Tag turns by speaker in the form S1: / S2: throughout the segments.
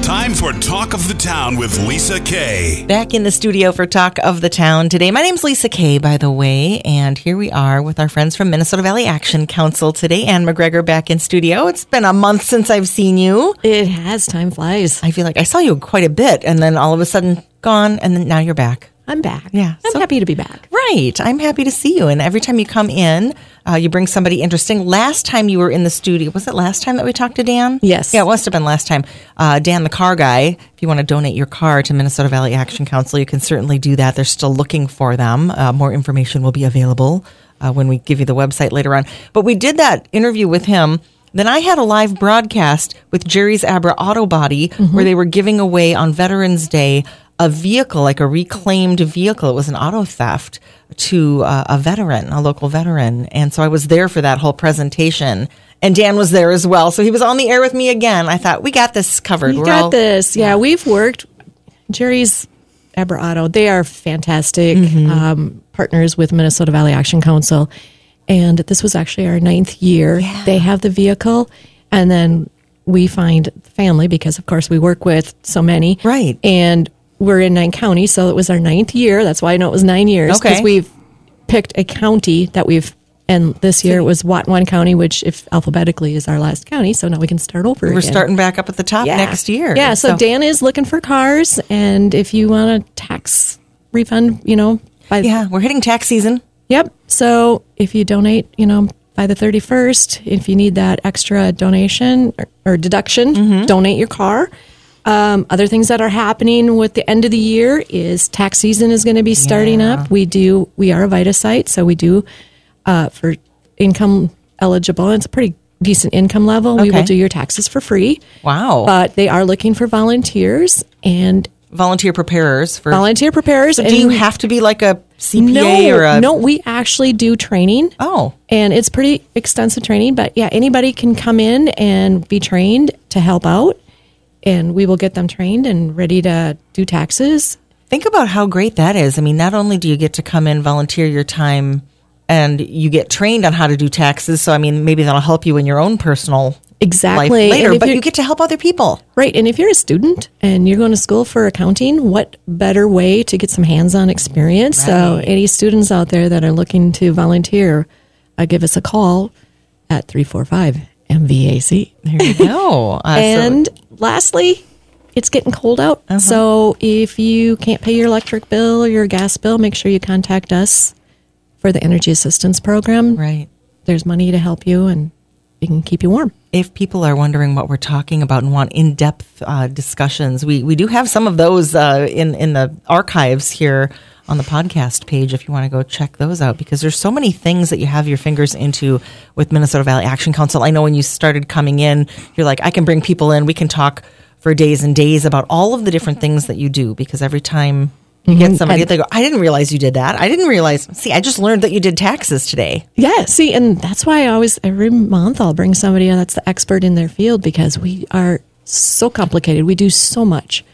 S1: Time for Talk of the Town with Lisa Kay.
S2: Back in the studio for Talk of the Town today. My name's Lisa Kay, by the way, and here we are with our friends from Minnesota Valley Action Council today. Ann McGregor back in studio. It's been a month since I've seen you.
S3: It has. Time flies.
S2: I feel like I saw you quite a bit, and then all of a sudden gone, and then now you're back.
S3: I'm back.
S2: Yeah,
S3: I'm
S2: so-
S3: happy to be back.
S2: Right. I'm happy to see you. And every time you come in, uh, you bring somebody interesting. Last time you were in the studio, was it last time that we talked to Dan?
S3: Yes.
S2: Yeah, it must have been last time. Uh, Dan, the car guy, if you want to donate your car to Minnesota Valley Action Council, you can certainly do that. They're still looking for them. Uh, more information will be available uh, when we give you the website later on. But we did that interview with him. Then I had a live broadcast with Jerry's Abra Auto Body where they were giving away on Veterans Day a vehicle, like a reclaimed vehicle. It was an auto theft to uh, a veteran, a local veteran. And so I was there for that whole presentation. And Dan was there as well. So he was on the air with me again. I thought, we got this covered.
S3: You
S2: We're
S3: got
S2: all-
S3: this. Yeah, we've worked. Jerry's Eberauto, they are fantastic
S2: Mm-hmm.
S3: um, partners with Minnesota Valley Action Council. And this was actually our ninth year. They have the vehicle, and then we find family because, of course, we work with so many.
S2: Right.
S3: And we're in nine counties, so it was our ninth year. That's why I know it was nine years
S2: Okay.
S3: because we've picked a county that we've. And this year it was Watwan County, which, if alphabetically, is our last county. So now we can start over.
S2: We're
S3: again.
S2: starting back up at the top next year.
S3: Yeah, so, Dan is looking for cars, and if you want a tax refund, you know, by
S2: Yeah, we're hitting tax season.
S3: yep. So if you donate, you know, by the thirty first, if you need that extra donation or, or deduction,
S2: Mm-hmm.
S3: donate your car. Um, other things that are happening with the end of the year is tax season is going to be starting up. We do we are a Vita site, so we do uh, for income eligible. and It's a pretty decent income level. We will
S2: Okay.
S3: do your taxes for free
S2: Wow.
S3: but they are looking for volunteers and
S2: Volunteer preparers for.
S3: volunteer preparers.
S2: do
S3: and
S2: you have to be like a CPA
S3: no,
S2: or a.
S3: no, we actually do training.
S2: Oh.
S3: And it's pretty extensive training, but yeah, anybody can come in and be trained to help out, and we will get them trained and ready to do taxes.
S2: Think about how great that is. I mean, not only do you get to come in, volunteer your time, and you get trained on how to do taxes. So, I mean, maybe that'll help you in your own personal
S3: Exactly.
S2: life later.
S3: And if
S2: But
S3: you're-
S2: you get to help other people.
S3: Right. And if you're a student and you're going to school for accounting, what better way to get some hands on experience? So, any students out there that are looking to volunteer, uh, give us a call at 345 MVAC.
S2: There you go. Uh, so-
S3: And lastly, it's getting cold out. So, if you can't pay your electric bill or your gas bill, make sure you contact us for the energy assistance program.
S2: right.
S3: There's money to help you and we can keep you warm.
S2: If people are wondering what we're talking about and want in-depth uh, discussions, we, we do have some of those uh, in in the archives here on the podcast page. If you want to go check those out, because there's so many things that you have your fingers into with Minnesota Valley Action Council. I know when you started coming in, you're like, I can bring people in. We can talk for days and days about all of the different things that you do. Because every time you get somebody, they go, I didn't realize you did that. I didn't realize. See, I just learned that you did taxes today.
S3: Yeah, see, and that's why I always every month I'll bring somebody on that's the expert in their field because we are so complicated. We do so much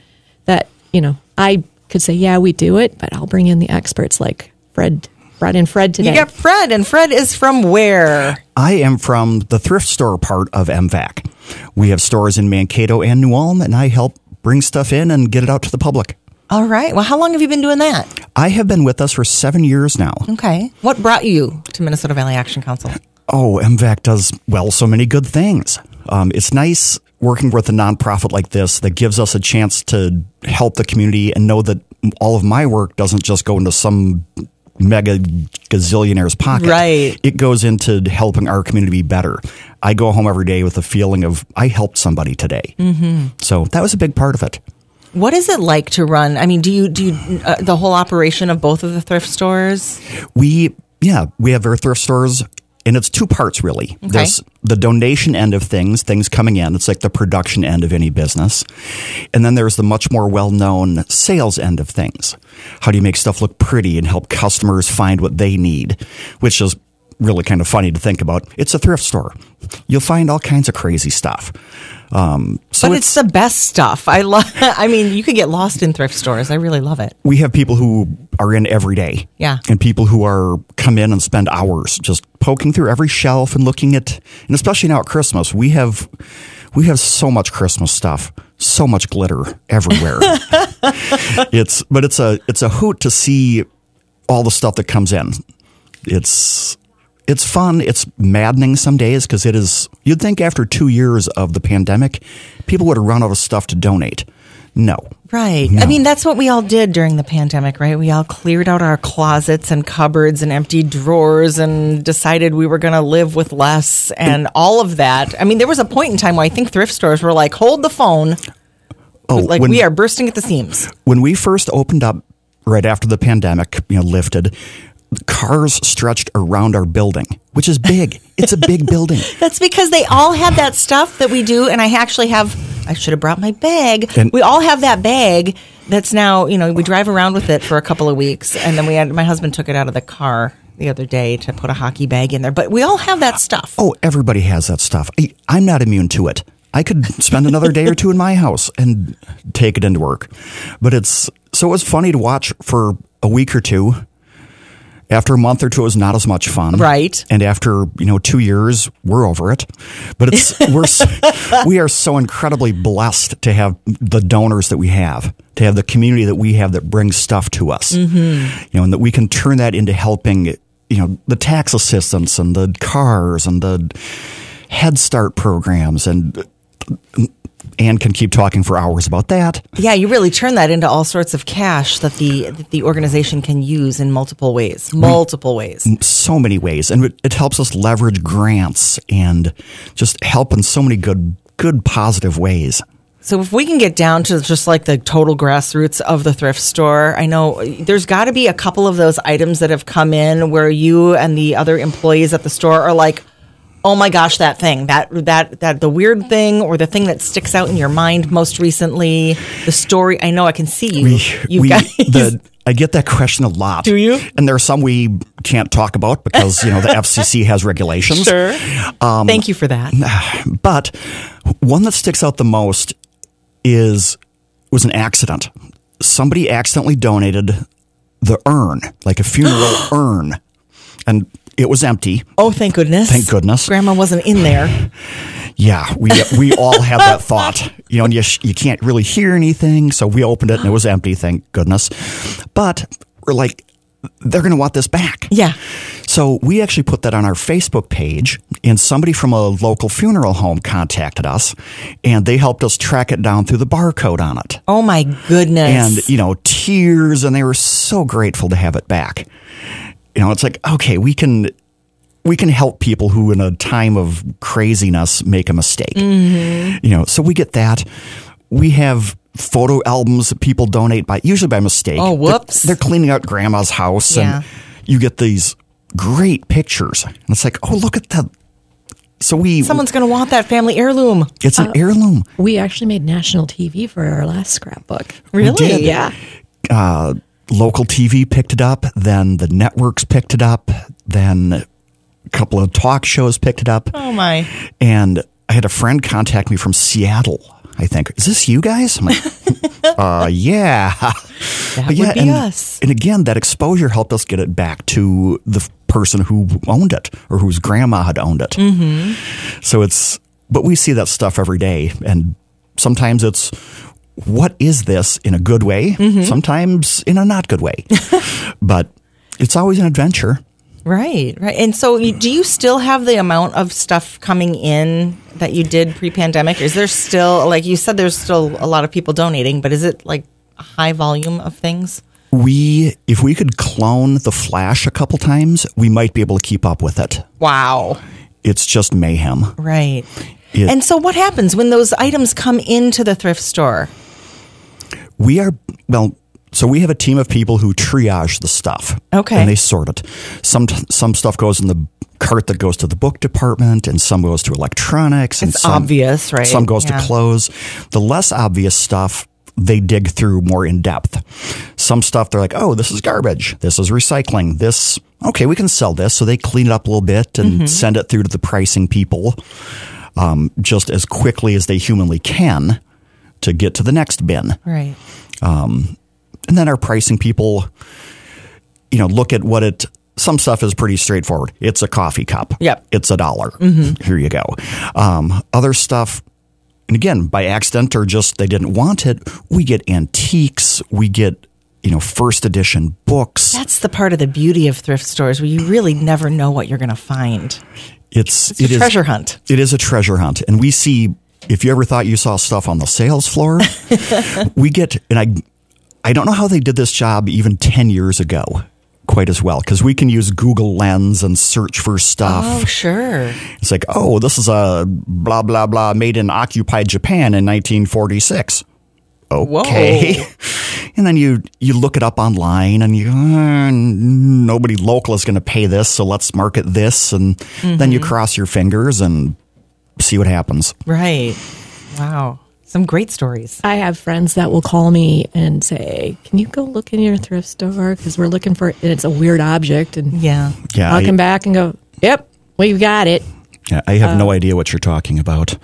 S3: that you know I could say yeah we do it, but I'll bring in the experts like Fred. Brought in Fred today.
S2: You got Fred, and Fred is from where?
S4: I am from the thrift store part of MVAC. We have stores in Mankato and New Ulm, and I help bring stuff in and get it out to the public.
S2: All right. Well, how long have you been doing that?
S4: I have been with us for seven years now.
S2: Okay. What brought you to Minnesota Valley Action Council?
S4: Oh, MVAC does, well, so many good things. Um, it's nice working with a nonprofit like this that gives us a chance to help the community and know that all of my work doesn't just go into some mega gazillionaire's pocket.
S2: Right.
S4: It goes into helping our community be better. I go home every day with the feeling of I helped somebody today. Mm-hmm. So that was a big part of it.
S2: What is it like to run? I mean, do you do you, uh, the whole operation of both of the thrift stores?
S4: We yeah, we have our thrift stores and it's two parts really. There's the donation end of things, things coming in. It's like the production end of any business. And then there's the much more well-known sales end of things. How do you make stuff look pretty and help customers find what they need, which is really kind of funny to think about. It's a thrift store. You'll find all kinds of crazy stuff. Um, so
S2: but it's, the best stuff. I love. I mean, you could get lost in thrift stores. I really love it.
S4: we have people who are in every day.
S2: Yeah.
S4: And people who are come in and spend hours just poking through every shelf and looking at and especially now at Christmas, we have we have so much Christmas stuff. so much glitter everywhere. it's but it's a it's a hoot to see all the stuff that comes in. It's it's fun. It's maddening some days because it is. You'd think after two years of the pandemic, people would have run out of stuff to donate. No,
S2: Right. I
S4: No.
S2: mean, that's what we all did during the pandemic, right? We all cleared out our closets and cupboards and emptied drawers and decided we were going to live with less and all of that. I mean, there was a point in time where I think thrift stores were like, hold the phone.
S4: oh,
S2: Like,
S4: when-
S2: we are bursting at the seams.
S4: when we first opened up right after the pandemic, you know, lifted, cars stretched around our building, which is big. It's a big building.
S2: That's because they all had that stuff that we do, and I actually have. I should have brought my bag.
S4: And-
S2: we all have that bag that's now you know we drive around with it for a couple of weeks, and then we had my husband took it out of the car the other day to put a hockey bag in there. But we all have that stuff.
S4: Oh, everybody has that stuff. I, I'm not immune to it. I could spend another day or two in my house and take it into work. But it's so it was funny to watch for a week or two. After a month or two, it was not as much fun,
S2: Right.
S4: And after you know two years, we're over it. But it's we're so, we are so incredibly blessed to have the donors that we have, to have the community that we have that brings stuff to us, you know, and that we can turn that into helping, you know, the tax assistance and the cars and the Head Start programs and. Anne can keep talking for hours about that.
S2: Yeah, you really turn that into all sorts of cash that the that the organization can use in multiple ways. Multiple ways.
S4: so many ways, and it, it helps us leverage grants and just help in so many good, good positive ways.
S2: So if we can get down to just like the total grassroots of the thrift store, I know there's got to be a couple of those items that have come in where you and the other employees at the store are like, "Oh my gosh, that thing, that that that the weird thing or the thing that sticks out in your mind most recently, the story." I know I can see you. you guys,
S4: the, I get that question a lot. Do
S2: you?
S4: And there are some we can't talk about because you know the FCC has regulations.
S2: sure.
S4: Um,
S2: Thank you for that.
S4: But one that sticks out the most is was an accident. Somebody accidentally donated the urn, like a funeral urn, and it was empty.
S2: Oh, thank goodness.
S4: Thank goodness.
S2: Grandma wasn't in there.
S4: Yeah, we we all had that thought, you know, and you, sh- you can't really hear anything. So we opened it and it was empty, thank goodness. But we're like, they're going to want this back.
S2: Yeah.
S4: So we actually put that on our Facebook page, and somebody from a local funeral home contacted us, and they helped us track it down through the barcode on it.
S2: Oh my goodness.
S4: And, you know, tears, and they were so grateful to have it back. You know, it's like, okay, we can. We can help people who, in a time of craziness, make a mistake
S2: Mm-hmm.
S4: you know so we get that we have photo albums that people donate by usually by mistake
S2: Oh, whoops.
S4: they're, they're cleaning out grandma's house
S2: Yeah.
S4: and you get these great pictures and it's like oh look at that so we
S2: Someone's uh, going to want that family heirloom.
S4: it's an heirloom
S3: We actually made national TV for our last scrapbook.
S2: Really? did.
S3: Yeah.
S4: uh, local tv picked it up then the networks picked it up then a couple of talk shows picked it up
S2: Oh my.
S4: and I had a friend contact me from Seattle. I think is this you guys? I'm like, uh, yeah, that
S2: would be
S4: and,
S2: us.
S4: And again, that exposure helped us get it back to the f- person who owned it or whose grandma had owned it. Mm-hmm. So it's, but we see that stuff every day, and sometimes it's. What is this in a good way?
S2: Mm-hmm.
S4: Sometimes in a not good way, but it's always an adventure.
S2: Right, right. And so, you, do you still have the amount of stuff coming in that you did pre-pandemic? Is there still like you said there's still a lot of people donating, but is it like a high volume of things?
S4: we if we could clone the flash a couple times we might be able to keep up with it
S2: Wow.
S4: it's just mayhem
S2: Right.
S4: Yeah.
S2: And so what happens when those items come into the thrift store?
S4: we are well so we have a team of people who triage the stuff
S2: Okay.
S4: and they sort it some some stuff goes in the cart that goes to the book department and some goes to electronics and
S2: It's
S4: some,
S2: obvious, right?
S4: some goes
S2: Yeah.
S4: to clothes the less obvious stuff they dig through more in depth some stuff they're like oh this is garbage this is recycling this okay we can sell this so they clean it up a little bit and
S2: Mm-hmm.
S4: send it through to the pricing people um, just as quickly as they humanly can to get to the next bin
S2: Right.
S4: and then our pricing people, you know, look at what it. Some stuff is pretty straightforward. It's a coffee cup.
S2: Yep.
S4: It's a dollar. Here you go. Um, other stuff And again, by accident or just they didn't want it, we get antiques, we get, you know, first edition books.
S2: That's the part of the beauty of thrift stores where you really never know what you're going to find.
S4: It's,
S2: It's a
S4: it is-
S2: treasure hunt.
S4: It is a treasure hunt. And we see if you ever thought you saw stuff on the sales floor, we get and I I don't know how they did this job even 10 years ago quite as well cuz we can use Google Lens and search for stuff.
S2: Oh, sure.
S4: It's like, "Oh, this is a blah blah blah made in occupied Japan in 1946." Okay. And then you you look it up online and you uh, nobody local is going to pay this, so let's market this and then
S3: Mm-hmm.
S4: you cross your fingers and see what happens.
S2: Right. Wow. Some great stories.
S3: I have friends that will call me and say, "Can you go look in your thrift store because we're looking for and it's a weird object." And
S2: Yeah.
S4: Yeah,
S3: I'll
S4: I-
S3: come back and go, "Yep, we've got it."
S4: Yeah, I have
S3: Uh,
S4: no idea what you're talking about.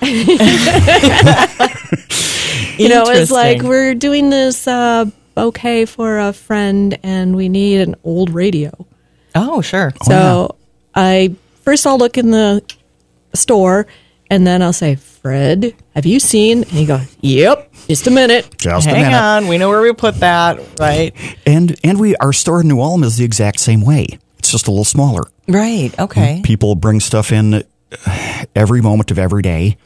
S3: You know, it's like
S2: Interesting.
S3: we're doing this uh, okay for a friend, and we need an old radio.
S2: Oh, sure.
S3: So I first I'll look in the store and then I'll say, Fred, have you seen? And he goes, Yep, just a minute.
S4: Just a
S2: Hang
S4: minute.
S2: on. We know where we put that, right?
S4: And and we our store in New Ulm is the exact same way. It's just a little smaller.
S2: Right. Okay.
S4: People bring stuff in every moment of every day,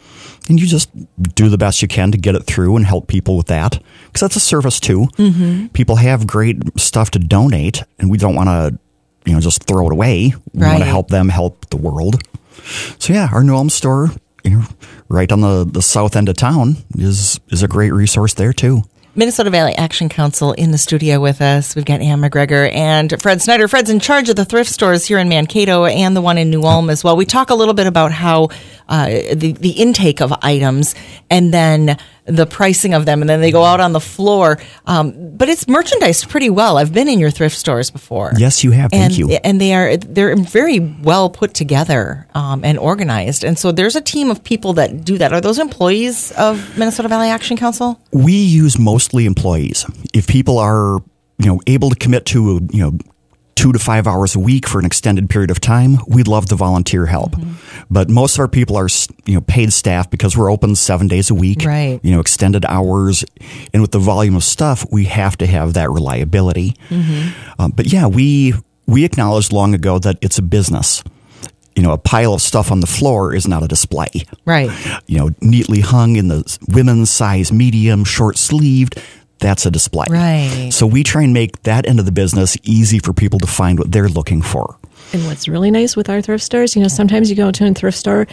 S4: and you just do the best you can to get it through and help people with that because that's a service too. Mm-hmm. People have great stuff to donate, and we don't want to, you know, just throw it away. We want
S2: Right.
S4: to help them help the world. So yeah, our New Ulm store, you know, right on the the south end of town, is is a great resource there too.
S2: Minnesota Valley Action Council in the studio with us. We've got Ann McGregor and Fred Snyder. Fred's in charge of the thrift stores here in Mankato and the one in New Ulm as well. We talk a little bit about how uh, the the intake of items and then the pricing of them, and then they go out on the floor. Um, but it's merchandised pretty well. I've been in your thrift stores before.
S4: Yes, you have. Thank
S2: and,
S4: you.
S2: And they are they're very well put together um, and organized. And so there's a team of people that do that. Are those employees of Minnesota Valley Action Council?
S4: we use mostly employees. If people are, you know, able to commit to, you know, two to five hours a week for an extended period of time, we'd love to volunteer help. But most of our people are, s- you know, paid staff because we're open seven days a week,
S2: Right.
S4: you know, extended hours. And with the volume of stuff, we have to have that reliability. Um, but yeah, we, we acknowledged long ago that it's a business. You know, a pile of stuff on the floor is not a display
S2: Right.
S4: you know, neatly hung in the women's size medium, short sleeved. That's a display.
S2: Right.
S4: So we try and make that end of the business easy for people to find what they're looking for.
S3: And what's really nice with our thrift stores, you know, sometimes you go to a thrift store,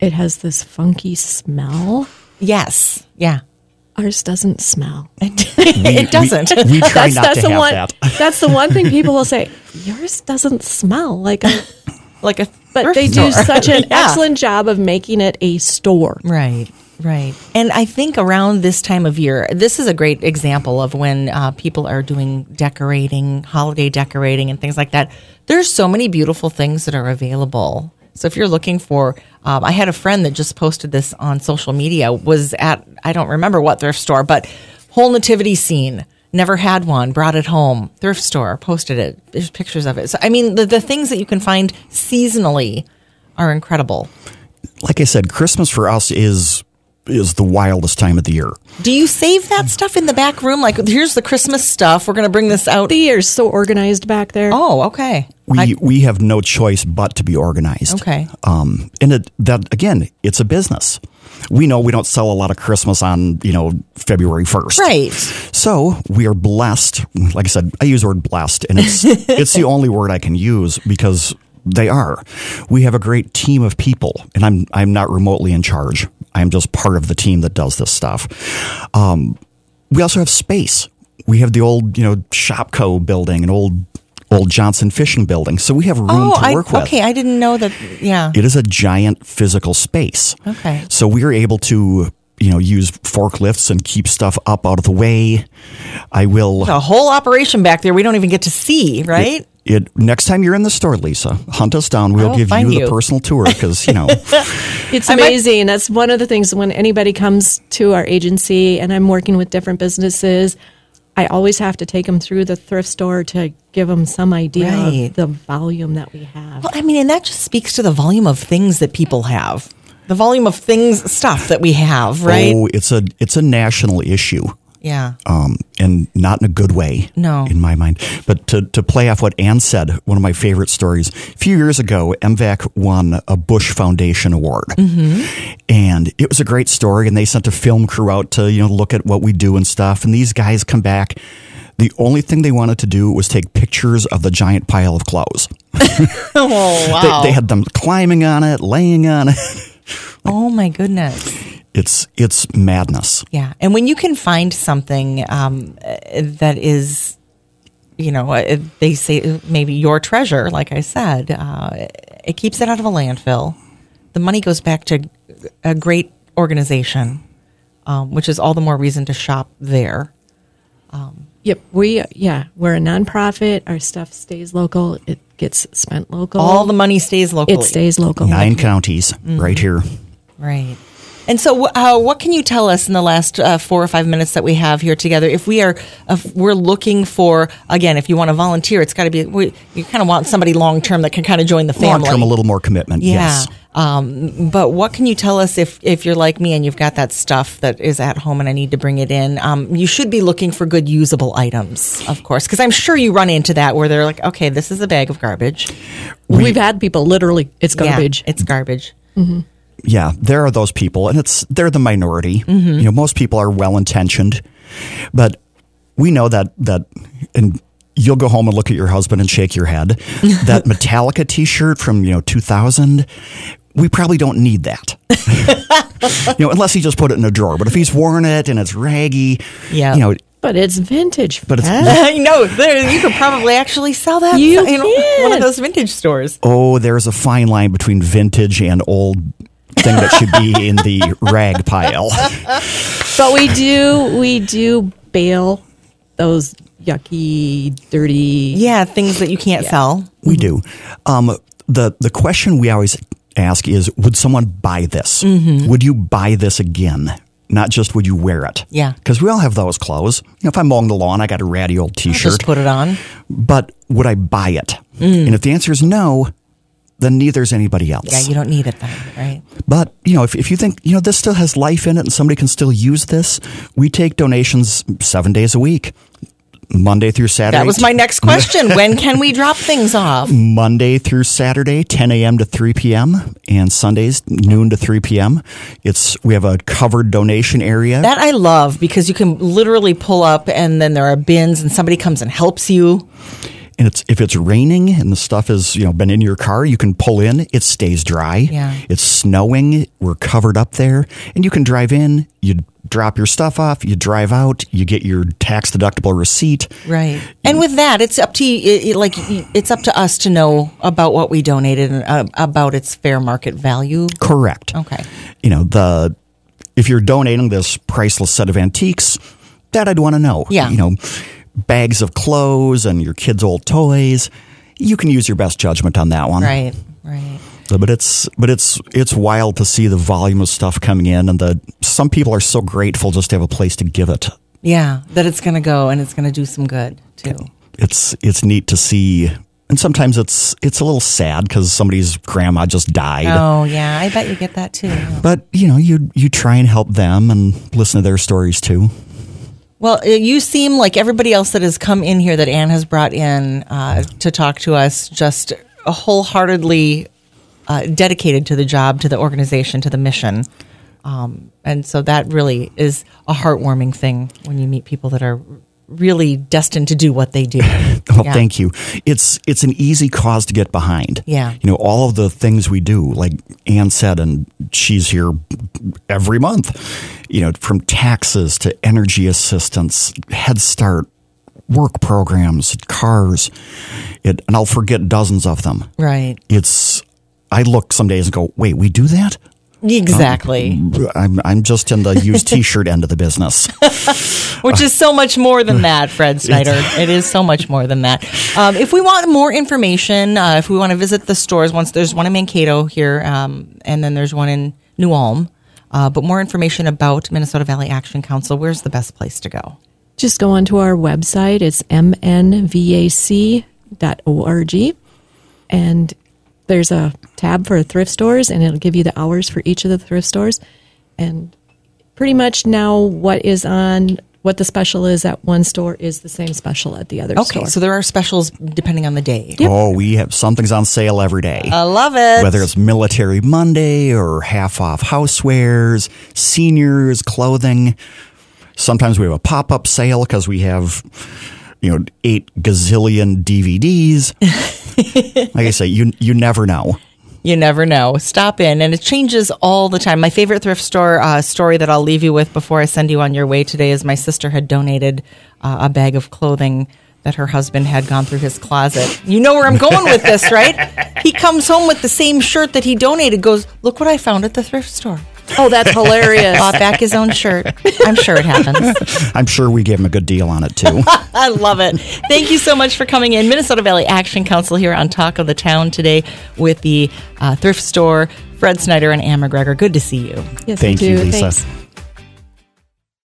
S3: it has this funky smell.
S2: Yes. Yeah.
S3: Ours doesn't smell.
S2: it doesn't.
S4: We, we try not to
S3: the
S4: have
S3: one
S4: that.
S3: that's the one thing people will say, yours doesn't smell like a
S2: like a
S3: but
S2: thrift
S3: they do
S2: store.
S3: such an
S2: Yeah.
S3: excellent job of making it a store.
S2: Right. Right. And I think around this time of year, this is a great example of when uh, people are doing decorating, holiday decorating, and things like that. There's so many beautiful things that are available. So if you're looking for, um, I had a friend that just posted this on social media, was at, I don't remember what thrift store, but whole nativity scene. Never had one, brought it home, thrift store, posted it. There's pictures of it. So, I mean, the, the things that you can find seasonally are incredible.
S4: Like I said, Christmas for us is is the wildest time of the year.
S2: Do you save that stuff in the back room? Like, here's the Christmas stuff. We're going to bring this out.
S3: The year's so organized back there.
S2: Oh, okay.
S4: We
S2: I-
S4: we have no choice but to be organized.
S2: Okay.
S4: Um, and it, that again, it's a business. We know we don't sell a lot of Christmas on you know February first,
S2: right.
S4: So we are blessed. Like I said, I use the word blessed, and it's it's the only word I can use because they are. We have a great team of people, and I'm I'm not remotely in charge. I'm just part of the team that does this stuff. Um, we also have space. We have the old you know Shopco building, an old old Johnson Fishing building. So we have room
S2: Oh,
S4: to
S2: I,
S4: work with.
S2: okay. I didn't know that. Yeah.
S4: It is a giant physical space.
S2: Okay.
S4: So we are able to, you know, use forklifts and keep stuff up out of the way. I will.
S2: A whole operation back there we don't even get to see, right?
S4: It, next time you're in the store, Lisa, hunt us down. We'll
S2: will
S4: give
S2: find
S4: you the
S2: you.
S4: personal tour because you know
S3: It's
S2: might-
S3: amazing. That's one of the things when anybody comes to our agency and I'm working with different businesses, I always have to take them through the thrift store to give them some idea
S2: Right.
S3: of the volume that we have.
S2: Well, I mean, and that just speaks to the volume of things that people have. the volume of things stuff that we have, right?
S4: Oh, it's a it's a national issue,
S2: yeah.
S4: um, and not in a good way.
S2: No.
S4: in my mind. But to to play off what Ann said, one of my favorite stories. A few years ago, MVAC won a Bush Foundation award,
S2: Mm-hmm.
S4: and it was a great story. And they sent a film crew out to you know look at what we do and stuff. And these guys come back. The only thing they wanted to do was take pictures of the giant pile of clothes.
S2: oh
S4: They,
S2: wow.
S4: they had them climbing on it, laying on it.
S2: oh my goodness.
S4: It's it's madness.
S2: Yeah, and when you can find something um, uh, that is, you know, uh, they say maybe your treasure, like I said, uh, it keeps it out of a landfill. The money goes back to a great organization, um, which is all the more reason to shop there.
S3: Yep. We yeah, we're a nonprofit. Our stuff stays local. It gets spent local.
S2: All the money stays locally.
S3: it stays local.
S4: Nine counties
S2: Mm-hmm.
S4: right here.
S2: Right. And so, wh- uh, what can you tell us in the last uh, four or five minutes that we have here together? If we are, if we're looking for again, if you want to volunteer, it's got to be we, you kind of want somebody long term that can kind of join the
S4: Long
S2: family.
S4: term, a little more commitment.
S2: yeah.
S4: Yes.
S2: Um, but what can you tell us if if you're like me and you've got that stuff that is at home and I need to bring it in? Um, you should be looking for good usable items, of course, because I'm sure you run into that where they're like, okay, this is a bag of garbage.
S3: We've had people literally it's
S2: Yeah,
S3: garbage.
S2: it's garbage.
S4: yeah, there are those people, and it's they're the minority. You know, most people are well intentioned, but we know that that and you'll go home and look at your husband and shake your head. that Metallica T-shirt from you know 2000, we probably don't need that. you know, unless he just put it in a drawer. But if he's worn it and it's raggy,
S2: Yeah.
S4: you know,
S3: But it's vintage.
S4: but it's
S2: I know. There, you could probably actually sell that
S3: You
S2: in one of
S3: can.
S2: those vintage stores.
S4: oh, there's a fine line between vintage and old thing that should be in the rag pile.
S3: But we do we do bail those yucky, dirty
S2: Yeah, things that you can't sell.
S4: We do. Um, the the question we always ask is, would someone buy this?
S2: Mm-hmm.
S4: Would you buy this again? Not just would you wear it?
S2: Yeah.
S4: Because we all have those clothes. You know, if I'm mowing the lawn, I got a ratty old T-shirt.
S2: Just put Mm. it on.
S4: but would I buy it? And if the answer is no, then neither's anybody else.
S2: Yeah, you don't need it then, right?
S4: But you know, if, if you think you know this still has life in it and somebody can still use this, we take donations seven days a week, Monday through Saturday.
S2: That was my next question. when can we drop things off?
S4: Mm. Monday through Saturday, 10 a.m. to 3 p.m. and Sundays noon to 3 p.m. It's we have a covered donation area.
S2: That I love because you can literally pull up and then there are bins and somebody comes and helps you.
S4: and it's if it's raining and the stuff has you know been in your car, you can pull in. It stays dry.
S2: Yeah.
S4: It's snowing. We're covered up there, and you can drive in. You drop your stuff off. You drive out. You get your tax deductible receipt.
S2: Right. And with that, it's up to y- y- like y- it's up to us to know about what we donated and uh, about its fair market value.
S4: Correct.
S2: Okay.
S4: You know the if you're donating this priceless set of antiques, that I'd want to know.
S2: Yeah.
S4: You know, bags of clothes and your kids' old toys. You can use your best judgment on that one.
S2: Right. Right.
S4: But it's but it's it's wild to see the volume of stuff coming in, and the some people are so grateful just to have a place to give it.
S2: Yeah, that it's going to go and it's going to do some good too.
S4: It's it's neat to see. And sometimes it's it's a little sad because somebody's grandma just died.
S2: Oh yeah, I bet you get that too. yeah.
S4: But you know, you you try and help them and listen to their stories too.
S2: Well, uh, you seem like everybody else that has come in here that Anne has brought in uh, to talk to us, just wholeheartedly uh, dedicated to the job, to the organization, to the mission. Um, and so that really is a heartwarming thing when you meet people that are really destined to do what they do. Yeah.
S4: Well, Oh, thank you. It's it's an easy cause to get behind.
S2: Yeah.
S4: You know, all of the things we do, like Ann said, and she's here every month, you know, from taxes to energy assistance, Head Start, work programs, cars, it, and I'll forget dozens of them.
S2: Right.
S4: It's, I look some days and go, wait, we do that?
S2: Exactly.
S4: I'm, I'm just in the used t shirt end of the business.
S2: which is so much more than that, Fred Snyder. it is so much more than that. Um, if we want more information, uh, if we want to visit the stores, once there's one in Mankato here, um, and then there's one in New Ulm. Uh, but more information about Minnesota Valley Action Council, where's the best place to go?
S3: Just go onto our website. It's mnvac.org and there's a tab for thrift stores, and it'll give you the hours for each of the thrift stores, and pretty much now what is on what the special is at one store is the same special at the other
S2: Okay,
S3: store.
S2: so there are specials depending on the day.
S4: Oh, we have something's on sale every day.
S2: I love it.
S4: whether it's Military Monday or half off housewares, seniors, clothing. Sometimes we have a pop up sale because we have, you know, eight gazillion DVDs. like I say, you you never know.
S2: You never know. Stop in, and it changes all the time. My favorite thrift store uh, story that I'll leave you with before I send you on your way today is my sister had donated uh, a bag of clothing that her husband had gone through his closet. You know where I'm going with this, right? He comes home with the same shirt that he donated, goes, Look what I found at the thrift store.
S3: oh, that's hilarious.
S2: Bought back his own shirt. I'm sure it happens.
S4: I'm sure we gave him a good deal on it too.
S2: I love it. Thank you so much for coming in. Minnesota Valley Action Council here on Talk of the Town today with the uh, thrift store, Fred Snyder and Ann McGregor. Good to see you.
S3: Yes,
S4: Thank
S3: I
S4: you,
S3: do.
S4: Lisa.
S3: Thanks.